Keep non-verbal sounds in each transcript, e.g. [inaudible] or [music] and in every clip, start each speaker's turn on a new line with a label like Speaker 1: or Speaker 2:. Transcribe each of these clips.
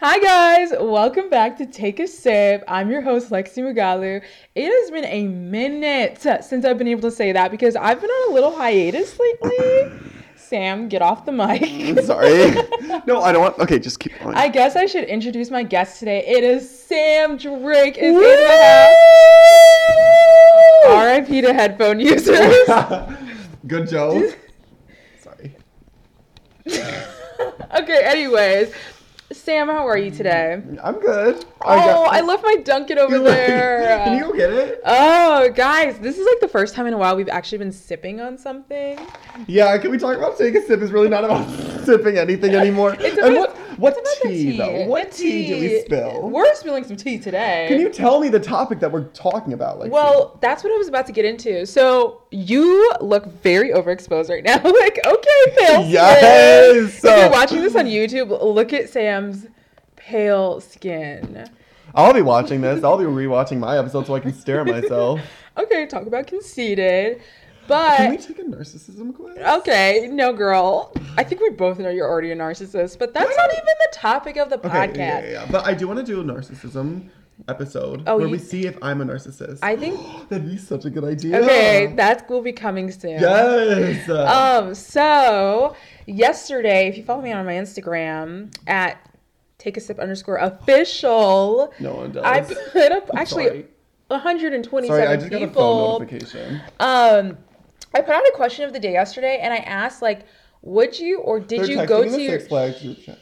Speaker 1: Hi guys, welcome back to Take a Sip. I'm your host Lexi Mugalu. It has been a minute since I've been able to say that because I've been on a little hiatus lately. Sam, get off the mic.
Speaker 2: [laughs] Sorry. no, I don't want. Okay, just keep going.
Speaker 1: I guess I should introduce my guest today. It is Sam Drake is in the house. R.I.P. to headphone users.
Speaker 2: [laughs] Good joke. Sorry.
Speaker 1: [laughs] okay, anyways. Sam, how are you today?
Speaker 2: I'm good.
Speaker 1: Oh,
Speaker 2: [laughs]
Speaker 1: I left my Dunkin' over there.
Speaker 2: Can [laughs] you go get it?
Speaker 1: Oh, guys, this is like the first time in a while we've actually been sipping on something.
Speaker 2: Yeah, can we talk about taking a sip? It's really not about [laughs] sipping anything anymore.
Speaker 1: It's
Speaker 2: and
Speaker 1: about-
Speaker 2: what, what
Speaker 1: It's about the
Speaker 2: tea, though? What
Speaker 1: The
Speaker 2: tea. did we spill?
Speaker 1: We're spilling some tea today.
Speaker 2: Can you tell me the topic that we're talking about? Like,
Speaker 1: Well, that's what I was about to get into. So you look very overexposed right now. [laughs] like, okay, pale skin.
Speaker 2: Yes!
Speaker 1: If you're watching this on YouTube, look at Sam's pale skin.
Speaker 2: I'll be watching this. I'll be rewatching my episode so I can stare at myself.
Speaker 1: Okay, talk about conceited.
Speaker 2: Can we
Speaker 1: [laughs] But
Speaker 2: take a narcissism quiz?
Speaker 1: okay, no girl. I think we both know you're already a narcissist, but that's not even the topic of the
Speaker 2: Okay,
Speaker 1: podcast.
Speaker 2: yeah, yeah, yeah. But I do want to do a narcissism episode
Speaker 1: Oh,
Speaker 2: where
Speaker 1: you-
Speaker 2: we see if I'm a narcissist.
Speaker 1: I think-
Speaker 2: [gasps] that'd be such a good idea.
Speaker 1: Okay, that will be coming soon.
Speaker 2: yes.
Speaker 1: Um, so yesterday, if you follow me on my Instagram at take a sip underscore official,
Speaker 2: no one does.
Speaker 1: I put up actually
Speaker 2: sorry.
Speaker 1: 127
Speaker 2: Sorry, I just
Speaker 1: people.
Speaker 2: got a phone notification.
Speaker 1: Um, I put out a question of the day yesterday, and I asked like, would you or did
Speaker 2: They're
Speaker 1: you
Speaker 2: texting
Speaker 1: go
Speaker 2: in the
Speaker 1: to your?
Speaker 2: Six Flags group chat.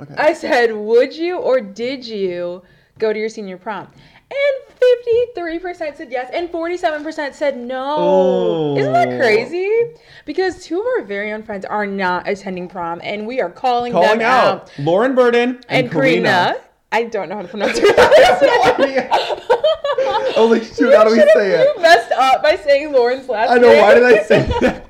Speaker 2: Okay.
Speaker 1: I said, would you or did you go to your senior prom? And 53% said yes, and 47% said no. Isn't that
Speaker 2: Oh.
Speaker 1: crazy? Because two of our very own friends are not attending prom, and we are calling,
Speaker 2: Calling
Speaker 1: them
Speaker 2: out.
Speaker 1: out.
Speaker 2: Lauren Burden
Speaker 1: And,
Speaker 2: and,
Speaker 1: Karina. I don't know how to pronounce her last
Speaker 2: No
Speaker 1: name.
Speaker 2: idea.
Speaker 1: [laughs]
Speaker 2: [laughs] Oh, like, shoot, how do we
Speaker 1: should've-
Speaker 2: say it?
Speaker 1: You messed up by saying Lauren's last
Speaker 2: I
Speaker 1: name.
Speaker 2: know.
Speaker 1: [laughs]
Speaker 2: Why did I say that?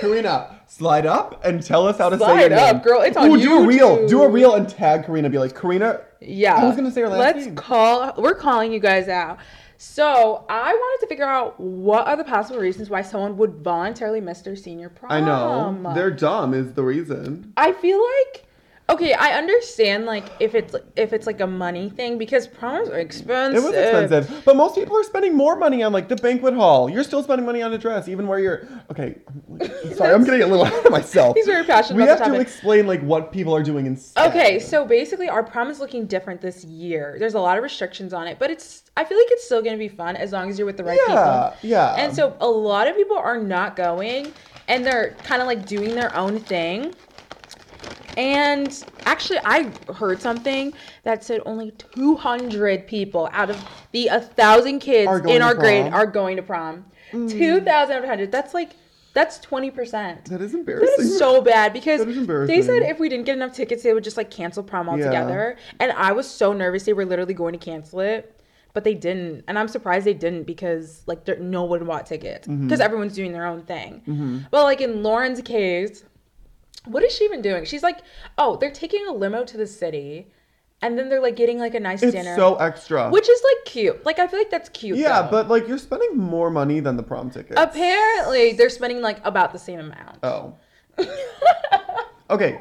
Speaker 2: Karina, slide up and tell us how to say
Speaker 1: Slide
Speaker 2: your
Speaker 1: up,
Speaker 2: name.
Speaker 1: girl. It's on
Speaker 2: Ooh, do a reel. Do a
Speaker 1: YouTube.
Speaker 2: reel and tag Karina. Be like, Karina.
Speaker 1: Yeah.
Speaker 2: I was gonna say her last
Speaker 1: Let's
Speaker 2: name.
Speaker 1: call we're calling you guys out. So I wanted to figure out what are the possible reasons why someone would voluntarily miss their senior prom.
Speaker 2: I know. They're dumb is the reason.
Speaker 1: I feel like okay, I understand like if it's if it's like a money thing because proms are
Speaker 2: It
Speaker 1: expensive.
Speaker 2: was expensive, but most people are spending more money on like the banquet hall. You're still spending money on a dress, even where you're. Okay,
Speaker 1: [laughs]
Speaker 2: I'm- sorry, I'm getting a little out of myself.
Speaker 1: He's very passionate
Speaker 2: We
Speaker 1: about
Speaker 2: have
Speaker 1: the
Speaker 2: to
Speaker 1: topic.
Speaker 2: explain like what people are doing instead.
Speaker 1: Okay, so basically our prom is looking different this year. There's a lot of restrictions on it, but it's I feel like it's still gonna be fun as long as you're with the right
Speaker 2: yeah,
Speaker 1: people.
Speaker 2: yeah.
Speaker 1: And so a lot of people are not going and they're kind of like doing their own thing. And actually, I heard something that said only 200 people out of the 1,000 kids
Speaker 2: Are going
Speaker 1: in
Speaker 2: to
Speaker 1: our grade
Speaker 2: prom. Mm.
Speaker 1: are going to prom. 2,000 out of 100. That's like, that's 20%.
Speaker 2: that is
Speaker 1: That
Speaker 2: embarrassing.
Speaker 1: is so bad because
Speaker 2: That is embarrassing.
Speaker 1: they said if we didn't get enough tickets, they would just like cancel prom altogether. And I was so nervous they were literally going to cancel it, but they didn't. And I'm surprised they didn't because like there, no one bought tickets because
Speaker 2: Mm-hmm.
Speaker 1: everyone's doing their own thing. But like in Lauren's case, what is she even doing? She's like, oh, they're taking a limo to the city, and then they're like getting like a nice
Speaker 2: It's
Speaker 1: dinner,
Speaker 2: so extra.
Speaker 1: which is like cute. Like I feel like that's cute.
Speaker 2: yeah,
Speaker 1: though.
Speaker 2: but like you're spending more money than the prom ticket.
Speaker 1: apparently they're spending like about the same amount. [laughs]
Speaker 2: Oh. okay.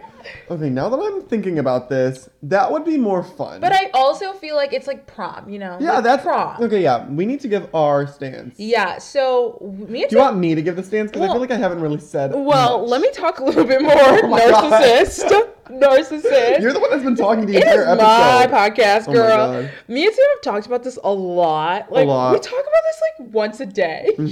Speaker 2: Okay, now that I'm thinking about this, that would be more fun.
Speaker 1: But I also feel like it's like prom, you know?
Speaker 2: Yeah,
Speaker 1: Like
Speaker 2: that's
Speaker 1: prom.
Speaker 2: Okay, yeah. We need to give our stance.
Speaker 1: Yeah, so me and
Speaker 2: Do you want me to give the stance? Because I
Speaker 1: Well-
Speaker 2: feel like I haven't really said.
Speaker 1: Well,
Speaker 2: much. Oh
Speaker 1: let me talk a little
Speaker 2: [laughs]
Speaker 1: bit more.
Speaker 2: my God.
Speaker 1: narcissist. Narcissist.
Speaker 2: You're the one that's been talking the
Speaker 1: it
Speaker 2: entire
Speaker 1: is
Speaker 2: episode.
Speaker 1: my podcast,
Speaker 2: Oh my
Speaker 1: girl.
Speaker 2: God.
Speaker 1: me and Sam have talked about this a lot. Like
Speaker 2: lot. Mm-hmm.
Speaker 1: we talk about this like once a day. About-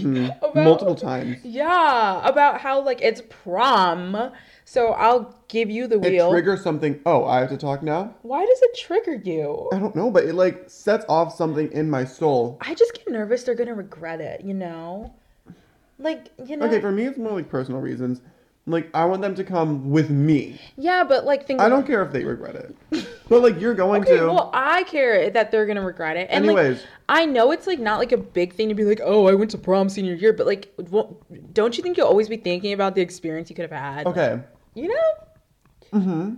Speaker 2: Hmm. Multiple times.
Speaker 1: Yeah, about how like it's prom. So I'll give you the
Speaker 2: It
Speaker 1: wheel.
Speaker 2: triggers something. Oh, I have to talk now.
Speaker 1: Why does it trigger you?
Speaker 2: I don't know, but it like sets off something in my soul.
Speaker 1: I just get nervous they're gonna regret it, you know? Like, you know.
Speaker 2: Okay, for me, it's more like personal reasons. Like I want them to come with me.
Speaker 1: yeah, but like think
Speaker 2: I don't care if they regret
Speaker 1: [laughs]
Speaker 2: it, but like you're going
Speaker 1: Okay,
Speaker 2: to.
Speaker 1: well, I care that they're gonna regret it. And like,
Speaker 2: Anyways.
Speaker 1: I know it's like not like a big thing to be like, oh, I went to prom senior year, but like, well, don't you think you'll always be thinking about the experience you could have had?
Speaker 2: okay.
Speaker 1: You know? [laughs]
Speaker 2: Mm-hmm.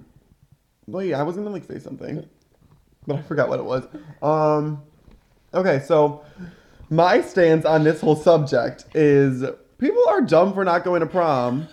Speaker 2: Well, yeah, I was gonna like say something, but I forgot what it was. Um, okay, so my stance on this whole subject is people are dumb for not going to prom.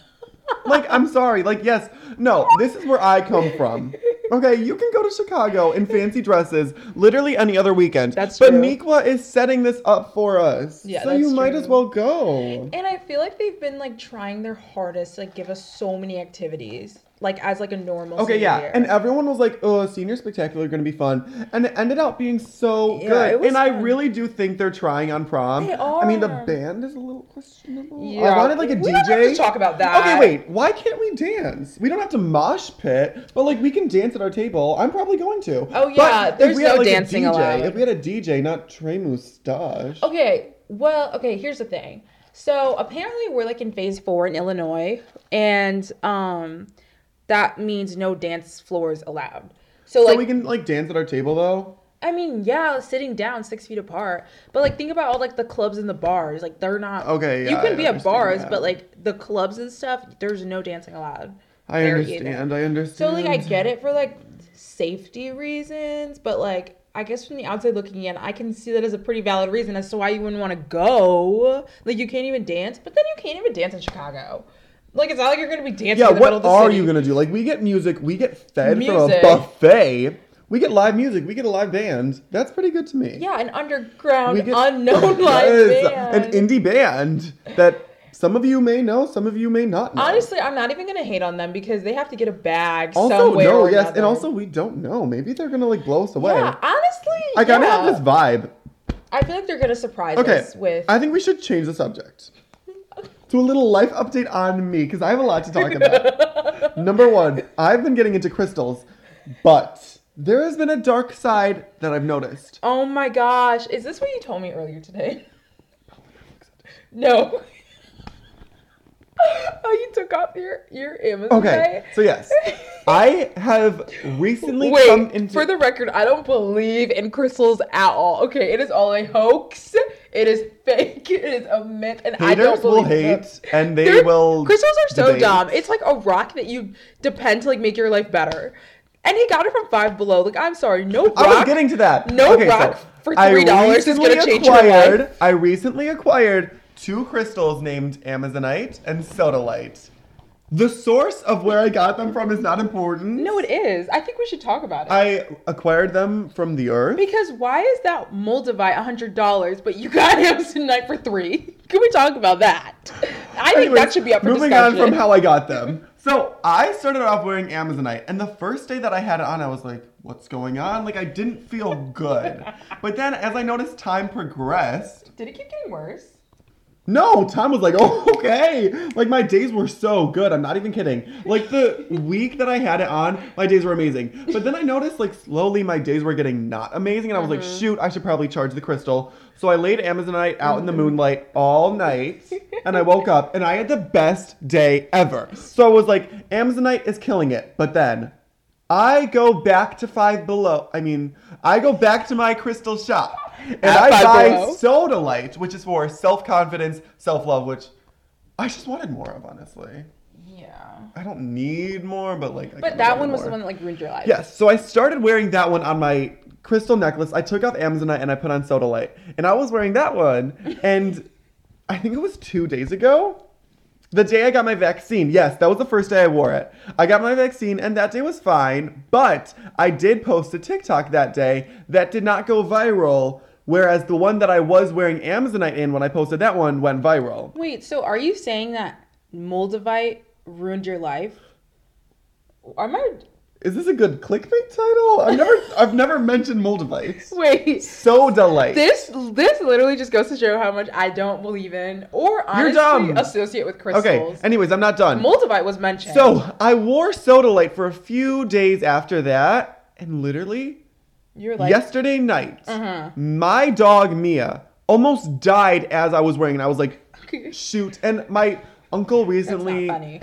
Speaker 2: Like, I'm sorry. Like, yes, no, this is where I come from. Okay, you can go to Chicago in fancy dresses literally any other weekend.
Speaker 1: That's
Speaker 2: But
Speaker 1: true.
Speaker 2: Miqua is setting this up for us.
Speaker 1: Yeah,
Speaker 2: so
Speaker 1: that's
Speaker 2: you might
Speaker 1: true.
Speaker 2: as well go.
Speaker 1: And I feel like they've been like trying their hardest to like give us so many activities, like as like a normal.
Speaker 2: Okay,
Speaker 1: senior
Speaker 2: yeah.
Speaker 1: year.
Speaker 2: And uh, everyone was like, oh, senior spectacular going to be fun. And it ended up being so
Speaker 1: Yeah,
Speaker 2: good.
Speaker 1: it was
Speaker 2: and I
Speaker 1: fun.
Speaker 2: really do think they're trying on prom.
Speaker 1: They
Speaker 2: I mean, the
Speaker 1: are.
Speaker 2: band is a little questionable. I
Speaker 1: Yeah.
Speaker 2: wanted like a
Speaker 1: We
Speaker 2: DJ.
Speaker 1: don't have to talk about that.
Speaker 2: Okay, wait. Why can't we dance? We don't have to mosh pit, but like we can dance at our table. I'm probably going to.
Speaker 1: Oh,
Speaker 2: But
Speaker 1: yeah,
Speaker 2: if
Speaker 1: there's
Speaker 2: we had,
Speaker 1: no
Speaker 2: like, a
Speaker 1: dancing
Speaker 2: DJ,
Speaker 1: allowed. Oh,
Speaker 2: If we had a DJ, not Trey Moustache.
Speaker 1: Okay, well, okay, here's the thing. So apparently we're like in phase four in Illinois, and um, that means no dance floors allowed. So
Speaker 2: so
Speaker 1: like,
Speaker 2: we can like dance at our table though.
Speaker 1: I mean, yeah, sitting down six feet apart, but like think about all like the clubs and the bars. Like they're not
Speaker 2: Okay,
Speaker 1: you
Speaker 2: yeah,
Speaker 1: can
Speaker 2: I
Speaker 1: be at
Speaker 2: understand
Speaker 1: bars,
Speaker 2: that.
Speaker 1: but like the clubs and stuff, there's no dancing allowed.
Speaker 2: I
Speaker 1: there either.
Speaker 2: understand. I understand.
Speaker 1: So like I get it for like safety reasons, but like I guess from the outside looking in, I can see that as a pretty valid reason as to why you wouldn't want to go. Like you can't even dance, but then you can't even dance in Chicago. Like it's not like you're gonna be dancing.
Speaker 2: Yeah,
Speaker 1: in the middle of the
Speaker 2: what are
Speaker 1: city.
Speaker 2: you gonna do? Like, we get music, we get fed from a
Speaker 1: Music.
Speaker 2: buffet, we get live music, we get a live band. That's pretty good to me.
Speaker 1: Yeah, an underground,
Speaker 2: we get [laughs]
Speaker 1: unknown live
Speaker 2: Yes,
Speaker 1: band.
Speaker 2: an indie band that some of you may know, some of you may not know.
Speaker 1: Honestly, I'm not even gonna hate on them because they have to get a bag
Speaker 2: also
Speaker 1: somewhere.
Speaker 2: no,
Speaker 1: or
Speaker 2: yes, and
Speaker 1: another.
Speaker 2: also we don't know. Maybe they're gonna like blow us away.
Speaker 1: yeah, honestly,
Speaker 2: I kind of
Speaker 1: yeah.
Speaker 2: have this vibe.
Speaker 1: I feel like they're gonna surprise
Speaker 2: Okay,
Speaker 1: us with.
Speaker 2: I think we should change
Speaker 1: [laughs]
Speaker 2: the subject to a little life update on me because I have a lot to talk
Speaker 1: [laughs]
Speaker 2: about. Number one, I've been getting into crystals, but there has been a dark side that I've noticed.
Speaker 1: Oh my gosh. Is this what you told me earlier today? [laughs] No. [laughs] oh, you took off your, your Amazon.
Speaker 2: Okay,
Speaker 1: [laughs]
Speaker 2: so yes, I have recently
Speaker 1: Wait,
Speaker 2: come into.
Speaker 1: for the record, I don't believe in crystals at all. Okay, it is all a hoax. It is fake. [laughs] It is a myth, and I
Speaker 2: Haters
Speaker 1: don't
Speaker 2: will
Speaker 1: believe them.
Speaker 2: hate, and they
Speaker 1: They're-
Speaker 2: will
Speaker 1: Crystals are so
Speaker 2: debate.
Speaker 1: dumb. It's like a rock that you depend to like make your life better. And he got it from Five Below. Like I'm sorry, no rock.
Speaker 2: I was getting to that.
Speaker 1: No rock for
Speaker 2: I
Speaker 1: $3 is gonna
Speaker 2: recently
Speaker 1: change your life.
Speaker 2: acquired- I recently acquired two crystals named Amazonite and Sodalite. The source of where I got them from is not important.
Speaker 1: No, it is. I think we should talk about it.
Speaker 2: I acquired them from the earth.
Speaker 1: Because why is that Moldavite hundred dollars, but you got [laughs] Amazon Night for three? Can we talk about that? I think
Speaker 2: Anyways,
Speaker 1: that should be up for
Speaker 2: moving
Speaker 1: discussion.
Speaker 2: on from how I got them. So I started off wearing Amazonite, and the first day that I had it on, I was like, "What's going on?" Like I didn't feel
Speaker 1: [laughs]
Speaker 2: good. but then, as I noticed time progressed,
Speaker 1: Did it keep getting worse?
Speaker 2: no, time was like, [laughs] "Oh, okay." Like my days were so good. I'm not even kidding. Like the week that I had it on, my days were amazing. But then I noticed, like slowly, my days were getting not amazing, and I was
Speaker 1: Mm-hmm.
Speaker 2: like, "Shoot, I should probably charge the crystal." So I laid Amazonite out
Speaker 1: Mm-hmm.
Speaker 2: in the moonlight all night, and I woke up and I had the best day ever. So I was like, "Amazonite is killing it." But then I go back to Five Below. I mean, I go back to my crystal shop, and
Speaker 1: At
Speaker 2: I
Speaker 1: Five
Speaker 2: buy
Speaker 1: Below?
Speaker 2: Soda Light, which is for self confidence, self love, which I just wanted more of, honestly.
Speaker 1: Yeah.
Speaker 2: I don't need more, but like. I
Speaker 1: But
Speaker 2: kinda
Speaker 1: that
Speaker 2: wanted
Speaker 1: one was the
Speaker 2: more.
Speaker 1: one that like ruined your life.
Speaker 2: Yes, so I started wearing that one on my crystal necklace. I took off Amazonite and I put on Soda Light, and I was wearing that one. And I think it was two days ago. The day I got my vaccine, yes, that was the first day I wore it. I got my vaccine and that day was fine, but I did post a TikTok that day that did not go viral, whereas the one that I was wearing Amazonite in when I posted that one went viral.
Speaker 1: Wait. So are you saying that Moldavite ruined your life? Am I?
Speaker 2: Is this a good clickbait title? I've never I've never mentioned Moldavites.
Speaker 1: Wait.
Speaker 2: Soda Light.
Speaker 1: This this literally just goes to show how much I don't believe in or honestly
Speaker 2: dumb.
Speaker 1: associate with crystals.
Speaker 2: Okay, anyways, I'm not done.
Speaker 1: Moldavite was mentioned.
Speaker 2: So I wore Soda Light for a few days after that, and literally
Speaker 1: you're like [laughs]
Speaker 2: yesterday night,
Speaker 1: Uh-huh.
Speaker 2: my dog Mia almost died as I was wearing it. I was like, shoot. And my uncle
Speaker 1: That's not
Speaker 2: recently,
Speaker 1: funny.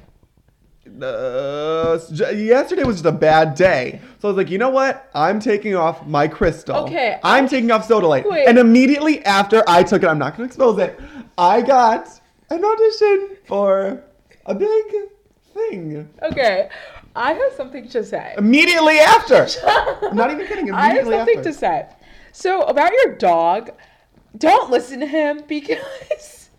Speaker 2: uh, j- yesterday was just a bad day. So I was like, you know what? I'm taking off my crystal.
Speaker 1: Okay,
Speaker 2: I'm
Speaker 1: I-
Speaker 2: taking off Soda Light.
Speaker 1: Wait.
Speaker 2: And immediately after I took it, I'm not going to expose it, I got an audition for a big thing.
Speaker 1: Okay, I have something to say.
Speaker 2: Immediately after. I'm not even kidding. Immediately
Speaker 1: [laughs] I have something
Speaker 2: after.
Speaker 1: to say. So about your dog, don't listen to him [laughs] because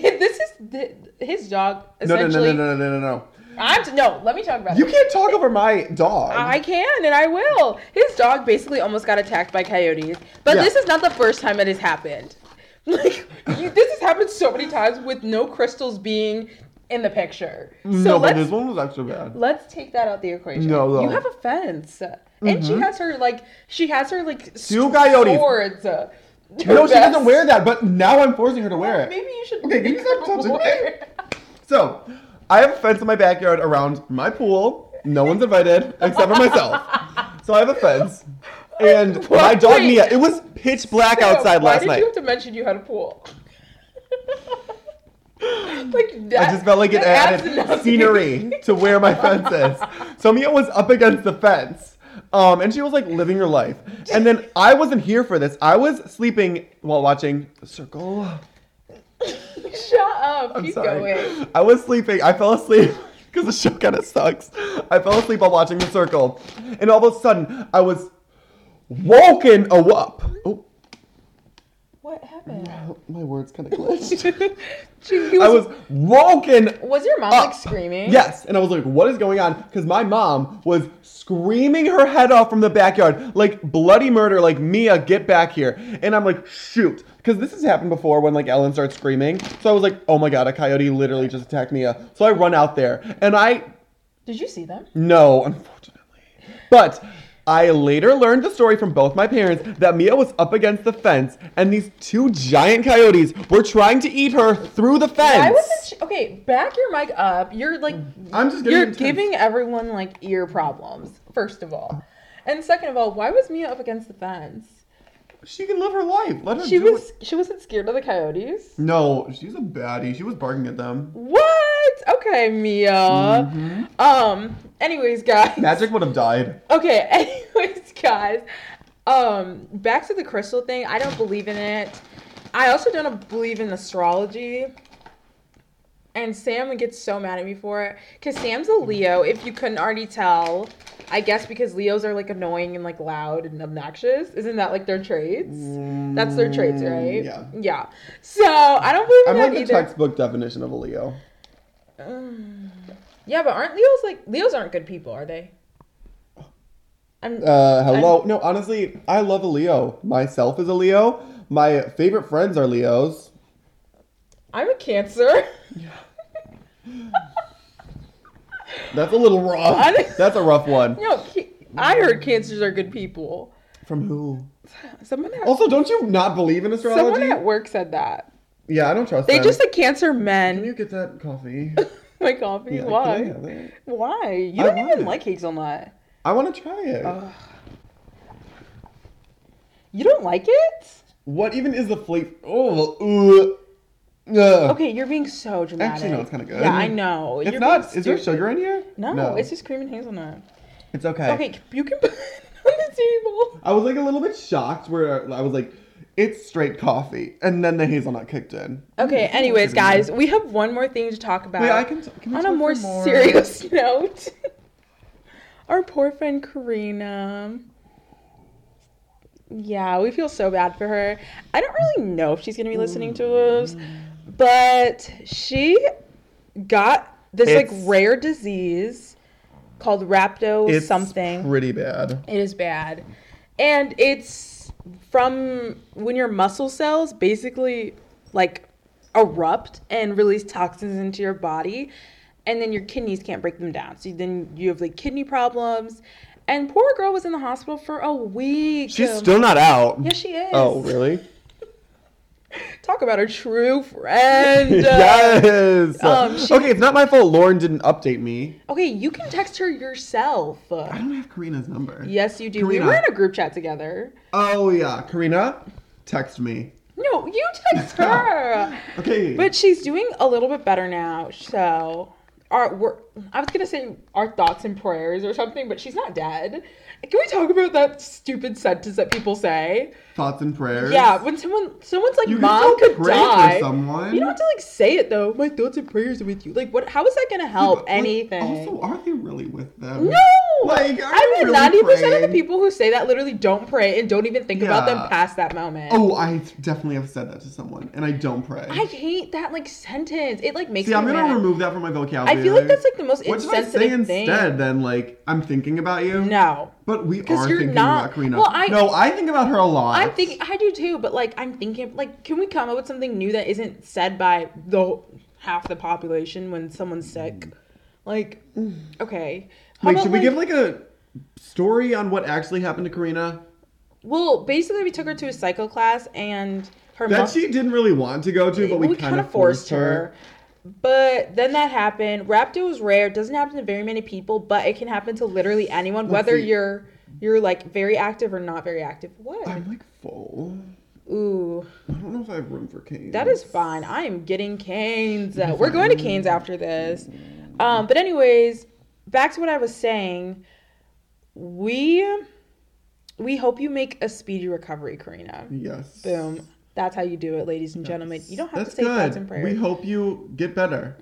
Speaker 1: this is th- his dog.
Speaker 2: no, no, no,
Speaker 1: Essentially,
Speaker 2: no, no, no, no, no.
Speaker 1: I'm t- no. Let me talk about.
Speaker 2: You
Speaker 1: this.
Speaker 2: can't talk over my dog.
Speaker 1: I can and I will. His dog basically almost got attacked by coyotes, but
Speaker 2: Yeah.
Speaker 1: this is not the first time it has happened. [laughs] Like you, this has happened so many times with no crystals being in the picture. So
Speaker 2: no, but
Speaker 1: let's
Speaker 2: this one was extra bad.
Speaker 1: let's take that out the equation.
Speaker 2: No, no. Mm-hmm.
Speaker 1: you have a fence, and she has her like she has her like
Speaker 2: Two coyotes.
Speaker 1: swords.
Speaker 2: [laughs] No, she doesn't wear that, but now I'm forcing her to wear it.
Speaker 1: Maybe you should.
Speaker 2: Okay, can you
Speaker 1: make
Speaker 2: stop
Speaker 1: her
Speaker 2: touching
Speaker 1: wear
Speaker 2: it?
Speaker 1: it.
Speaker 2: So, I have a fence in my backyard around my pool. No one's invited except for myself. So I have a fence, and my dog
Speaker 1: Wait.
Speaker 2: Mia. It was pitch black
Speaker 1: No,
Speaker 2: outside
Speaker 1: why
Speaker 2: last
Speaker 1: did
Speaker 2: night.
Speaker 1: you have to mention you had a pool? [laughs] like that,
Speaker 2: I just felt like it
Speaker 1: that
Speaker 2: added
Speaker 1: nothing. [laughs]
Speaker 2: scenery to where my fence is. So Mia was up against the fence. Um, and she was like living her life. And then I wasn't here for this. I was sleeping while watching The Circle.
Speaker 1: Shut up.
Speaker 2: I'm
Speaker 1: Keep
Speaker 2: sorry.
Speaker 1: going.
Speaker 2: I was sleeping. I fell asleep [laughs] because the show kind of sucks. I fell asleep while watching The Circle. And all of a sudden, I was woken a up. Oh,
Speaker 1: What happened?
Speaker 2: my words kind of glitched.
Speaker 1: [laughs] She- [laughs] he
Speaker 2: I was Uh, woken
Speaker 1: Was your mom
Speaker 2: up.
Speaker 1: like screaming?
Speaker 2: Yes. And I was like, what is going on? Because my mom was screaming her head off from the backyard, like bloody murder, like Mia, get back here. And I'm like, shoot. Because this has happened before when like Ellen starts screaming. So I was like, oh my god, a coyote literally just attacked Mia. So I run out there and I
Speaker 1: Did you see them?
Speaker 2: no, unfortunately. But I later learned the story from both my parents that Mia was up against the fence and these two giant coyotes were trying to eat her through the fence.
Speaker 1: I wasn't. Sh- okay, back your mic up. You're like.
Speaker 2: I'm just getting
Speaker 1: You're
Speaker 2: intense.
Speaker 1: giving everyone like ear problems. First of all, and second of all, why was Mia up against the fence?
Speaker 2: She can live her life. Let her
Speaker 1: She
Speaker 2: do
Speaker 1: was.
Speaker 2: it.
Speaker 1: She wasn't scared of the coyotes.
Speaker 2: No, she's a baddie. She was barking at them.
Speaker 1: What? Okay, Mia.
Speaker 2: Mm-hmm.
Speaker 1: Um. Anyways, guys.
Speaker 2: Magic would have died.
Speaker 1: Okay, [laughs] anyways, guys. Um, back to the crystal thing. I don't believe in it. I also don't believe in astrology. And Sam would get so mad at me for it. Cause Sam's a Leo, if you couldn't already tell. I guess because Leos are like annoying and like loud and obnoxious. Isn't that like their traits? That's their traits,
Speaker 2: Mm,
Speaker 1: right?
Speaker 2: yeah.
Speaker 1: Yeah. So I don't believe in
Speaker 2: I'm
Speaker 1: that
Speaker 2: like the
Speaker 1: either.
Speaker 2: textbook definition of a Leo.
Speaker 1: [sighs] Yeah, but aren't Leos like Leos aren't good people, are they?
Speaker 2: Oh.
Speaker 1: I'm
Speaker 2: Uh, hello. no, honestly, I love a Leo. Myself is a Leo. My favorite friends are Leos.
Speaker 1: I'm a cancer.
Speaker 2: That's a little rough.
Speaker 1: Honest-
Speaker 2: That's a rough one.
Speaker 1: No, ca- I heard cancers are good people.
Speaker 2: From who?
Speaker 1: Someone at,
Speaker 2: Also, don't you not believe in
Speaker 1: someone
Speaker 2: astrology?
Speaker 1: at work said that.
Speaker 2: yeah, I don't trust
Speaker 1: They
Speaker 2: them.
Speaker 1: just said cancer [laughs]
Speaker 2: Can
Speaker 1: men.
Speaker 2: you get that coffee?
Speaker 1: [laughs] My coffee.
Speaker 2: Yeah,
Speaker 1: Why?
Speaker 2: can I have that?
Speaker 1: Why? You
Speaker 2: I
Speaker 1: don't
Speaker 2: want
Speaker 1: even
Speaker 2: it.
Speaker 1: like hazelnut.
Speaker 2: I want to try it.
Speaker 1: Ugh. You don't like it?
Speaker 2: what even is the flavor? Oh, ooh. Ugh.
Speaker 1: Okay, you're being so dramatic.
Speaker 2: Uh, Actually, no, it's kind of good.
Speaker 1: Yeah, I know.
Speaker 2: It's
Speaker 1: You're
Speaker 2: not.
Speaker 1: being
Speaker 2: Is there
Speaker 1: stupid.
Speaker 2: sugar in here?
Speaker 1: No, it's just cream and hazelnut.
Speaker 2: It's okay.
Speaker 1: Okay, you can put [laughs] it on the table.
Speaker 2: I was like a little bit shocked where I was like, it's straight coffee, and then the hazelnut kicked in.
Speaker 1: Okay,
Speaker 2: Mm,
Speaker 1: anyways,
Speaker 2: sugar in there.
Speaker 1: guys, we have one more thing to talk about.
Speaker 2: Wait, I can. T- can we
Speaker 1: Uh, on a
Speaker 2: talk some
Speaker 1: more, serious [laughs] note, our poor friend Karina. Yeah, we feel so bad for her. I don't really know if she's gonna be listening to us, but she got this
Speaker 2: It's-
Speaker 1: like rare disease called rhabdo
Speaker 2: It's
Speaker 1: something.
Speaker 2: Pretty bad.
Speaker 1: It is bad. And it's from when your muscle cells basically like erupt and release toxins into your body and then your kidneys can't break them down. So then you have like kidney problems. And poor girl was in the hospital for a week.
Speaker 2: She's still not out.
Speaker 1: Yes, she is.
Speaker 2: Oh, really?
Speaker 1: Talk about a true friend.
Speaker 2: [laughs] yes.
Speaker 1: um, she-
Speaker 2: okay, it's not my fault. Lauren didn't update me.
Speaker 1: Uh, Okay, you can text her yourself.
Speaker 2: I don't have Karina's number.
Speaker 1: Yes, you do.
Speaker 2: Karina.
Speaker 1: We were in a group chat together.
Speaker 2: Oh yeah, Karina, text me.
Speaker 1: No, you
Speaker 2: [laughs]
Speaker 1: text her.
Speaker 2: Okay.
Speaker 1: But she's doing a little bit better now. So our we're, I was gonna say our thoughts and prayers or something, but she's not dead. Can we talk about that stupid sentence that people say?
Speaker 2: Thoughts and prayers.
Speaker 1: Yeah, when someone someone's like,
Speaker 2: You can
Speaker 1: "Mom
Speaker 2: still
Speaker 1: could
Speaker 2: pray for
Speaker 1: die,"
Speaker 2: someone.
Speaker 1: you don't have to like say it though. My thoughts and prayers are with you. Like, what? How is that gonna
Speaker 2: Yeah,
Speaker 1: help
Speaker 2: but, like,
Speaker 1: anything?
Speaker 2: Also, are they really with them?
Speaker 1: no.
Speaker 2: Like,
Speaker 1: I
Speaker 2: are you
Speaker 1: mean,
Speaker 2: really
Speaker 1: ninety percent of the
Speaker 2: praying?
Speaker 1: people who say that literally don't pray and don't even think about
Speaker 2: Yeah.
Speaker 1: them past that moment.
Speaker 2: Oh, I definitely have said that to someone, and I don't pray.
Speaker 1: I hate that like sentence. It like makes
Speaker 2: See,
Speaker 1: me
Speaker 2: I'm gonna
Speaker 1: mad.
Speaker 2: remove that from my vocabulary.
Speaker 1: I feel like that's like the most
Speaker 2: What should I
Speaker 1: insensitive
Speaker 2: say instead?
Speaker 1: thing.
Speaker 2: Then, like, I'm thinking about you.
Speaker 1: No.
Speaker 2: But we are
Speaker 1: 'Cause you're
Speaker 2: thinking
Speaker 1: not-
Speaker 2: about Karina.
Speaker 1: Well, I-
Speaker 2: no, I think about her a lot.
Speaker 1: I'm thinking I do too, but like I'm thinking like can we come up with something new that isn't said by the half the population when someone's sick? Like okay. How
Speaker 2: Mm. Wait,
Speaker 1: about,
Speaker 2: should we give like a story on what actually happened to Karina?
Speaker 1: Well, basically we took her to a psycho class and her
Speaker 2: That
Speaker 1: mom-
Speaker 2: she didn't really want to go to, but we, kind of forced her.
Speaker 1: But then that happened. Rhabdo is rare. It doesn't happen to very many people, but it can happen to literally anyone, whether
Speaker 2: see.
Speaker 1: you're you're like very active or not very active. What?
Speaker 2: I'm like full.
Speaker 1: Ooh,
Speaker 2: I don't know if I have room for Kane.
Speaker 1: that is fine. I am getting canes. Uh, We're going to canes after this. Um, but anyways, back to what I was saying. We we hope you make a speedy recovery, Karina.
Speaker 2: Yes.
Speaker 1: Boom. That's how you do it, ladies and gentlemen. You don't have
Speaker 2: That's
Speaker 1: to say thoughts and
Speaker 2: good.
Speaker 1: prayers.
Speaker 2: We hope you get better.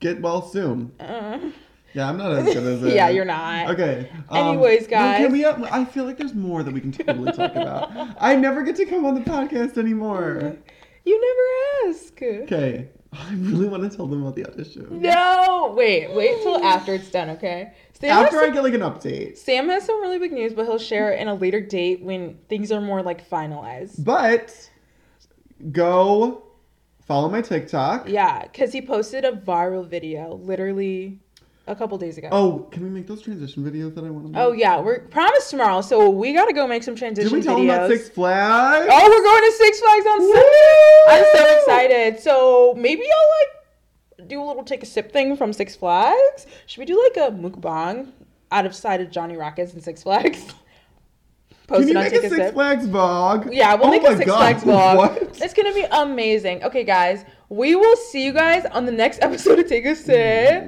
Speaker 2: Get well soon.
Speaker 1: Uh.
Speaker 2: Yeah, I'm not as good as it.
Speaker 1: [laughs] Yeah, you're not.
Speaker 2: Okay. um,
Speaker 1: Anyways,
Speaker 2: no,
Speaker 1: guys.
Speaker 2: Can we? uh, I feel like there's more that we can totally talk about. I never get to come on the podcast anymore.
Speaker 1: You never ask.
Speaker 2: Okay. I really want to tell them about the audition.
Speaker 1: No, wait, wait till after it's done, okay? Sam,
Speaker 2: After
Speaker 1: has
Speaker 2: I
Speaker 1: some,
Speaker 2: get like an update.
Speaker 1: Sam has some really big news, but he'll share it in a later date when things are more like finalized.
Speaker 2: But go follow my TikTok.
Speaker 1: Yeah, because he posted a viral video literally a couple days ago.
Speaker 2: Oh, can we make those transition videos that I want to make?
Speaker 1: Oh, yeah, we're promised tomorrow, so we gotta go make some transition
Speaker 2: Did we tell
Speaker 1: videos.
Speaker 2: them about Six Flags?
Speaker 1: Oh, we're going to Six Flags on
Speaker 2: Woo!
Speaker 1: Sunday. I'm so excited. So maybe I'll like do a little take a sip thing from Six Flags. Should we do like a mukbang out of sight of Johnny Rockets and Six Flags? [laughs] Post
Speaker 2: Can
Speaker 1: it
Speaker 2: you
Speaker 1: on
Speaker 2: make
Speaker 1: Oh, Take
Speaker 2: a,
Speaker 1: a,
Speaker 2: Six
Speaker 1: Sip.
Speaker 2: Flags vlog?
Speaker 1: Yeah, we'll
Speaker 2: Oh
Speaker 1: make
Speaker 2: my
Speaker 1: a Six
Speaker 2: God,
Speaker 1: Flags vlog.
Speaker 2: What?
Speaker 1: It's gonna be amazing. Okay, guys, we will see you guys on the next [laughs] episode of Take a Sip.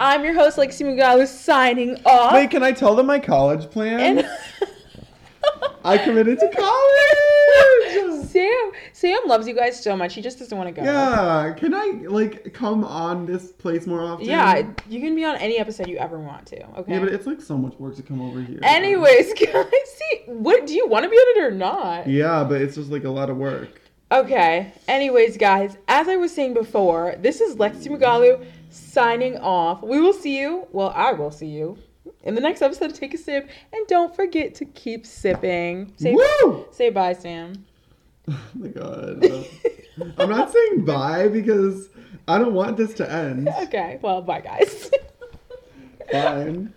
Speaker 1: I'm your host, Lexi Mugalu, signing off.
Speaker 2: Wait, can I tell them my college plan?
Speaker 1: and- [laughs]
Speaker 2: I committed to college.
Speaker 1: Sam, Sam loves you guys so much. He just doesn't want to go.
Speaker 2: yeah, can I like come on this place more often?
Speaker 1: Yeah, you can be on any episode you ever want to. Okay.
Speaker 2: Yeah, but it's like so much work to come over here.
Speaker 1: Anyways, [laughs] guys, see, what do you want to be on it or not?
Speaker 2: Yeah, but it's just like a lot of work.
Speaker 1: Okay. Anyways, guys, as I was saying before, this is Lexi Mugalu signing off. We will see you. Well, I will see you in the next episode. of Take a sip, and don't forget to keep sipping. Say,
Speaker 2: Woo! [laughs]
Speaker 1: say bye, Sam. [laughs]
Speaker 2: Oh my god. I'm not saying bye because I don't want this to end.
Speaker 1: Okay. Well, bye, guys.
Speaker 2: Fine.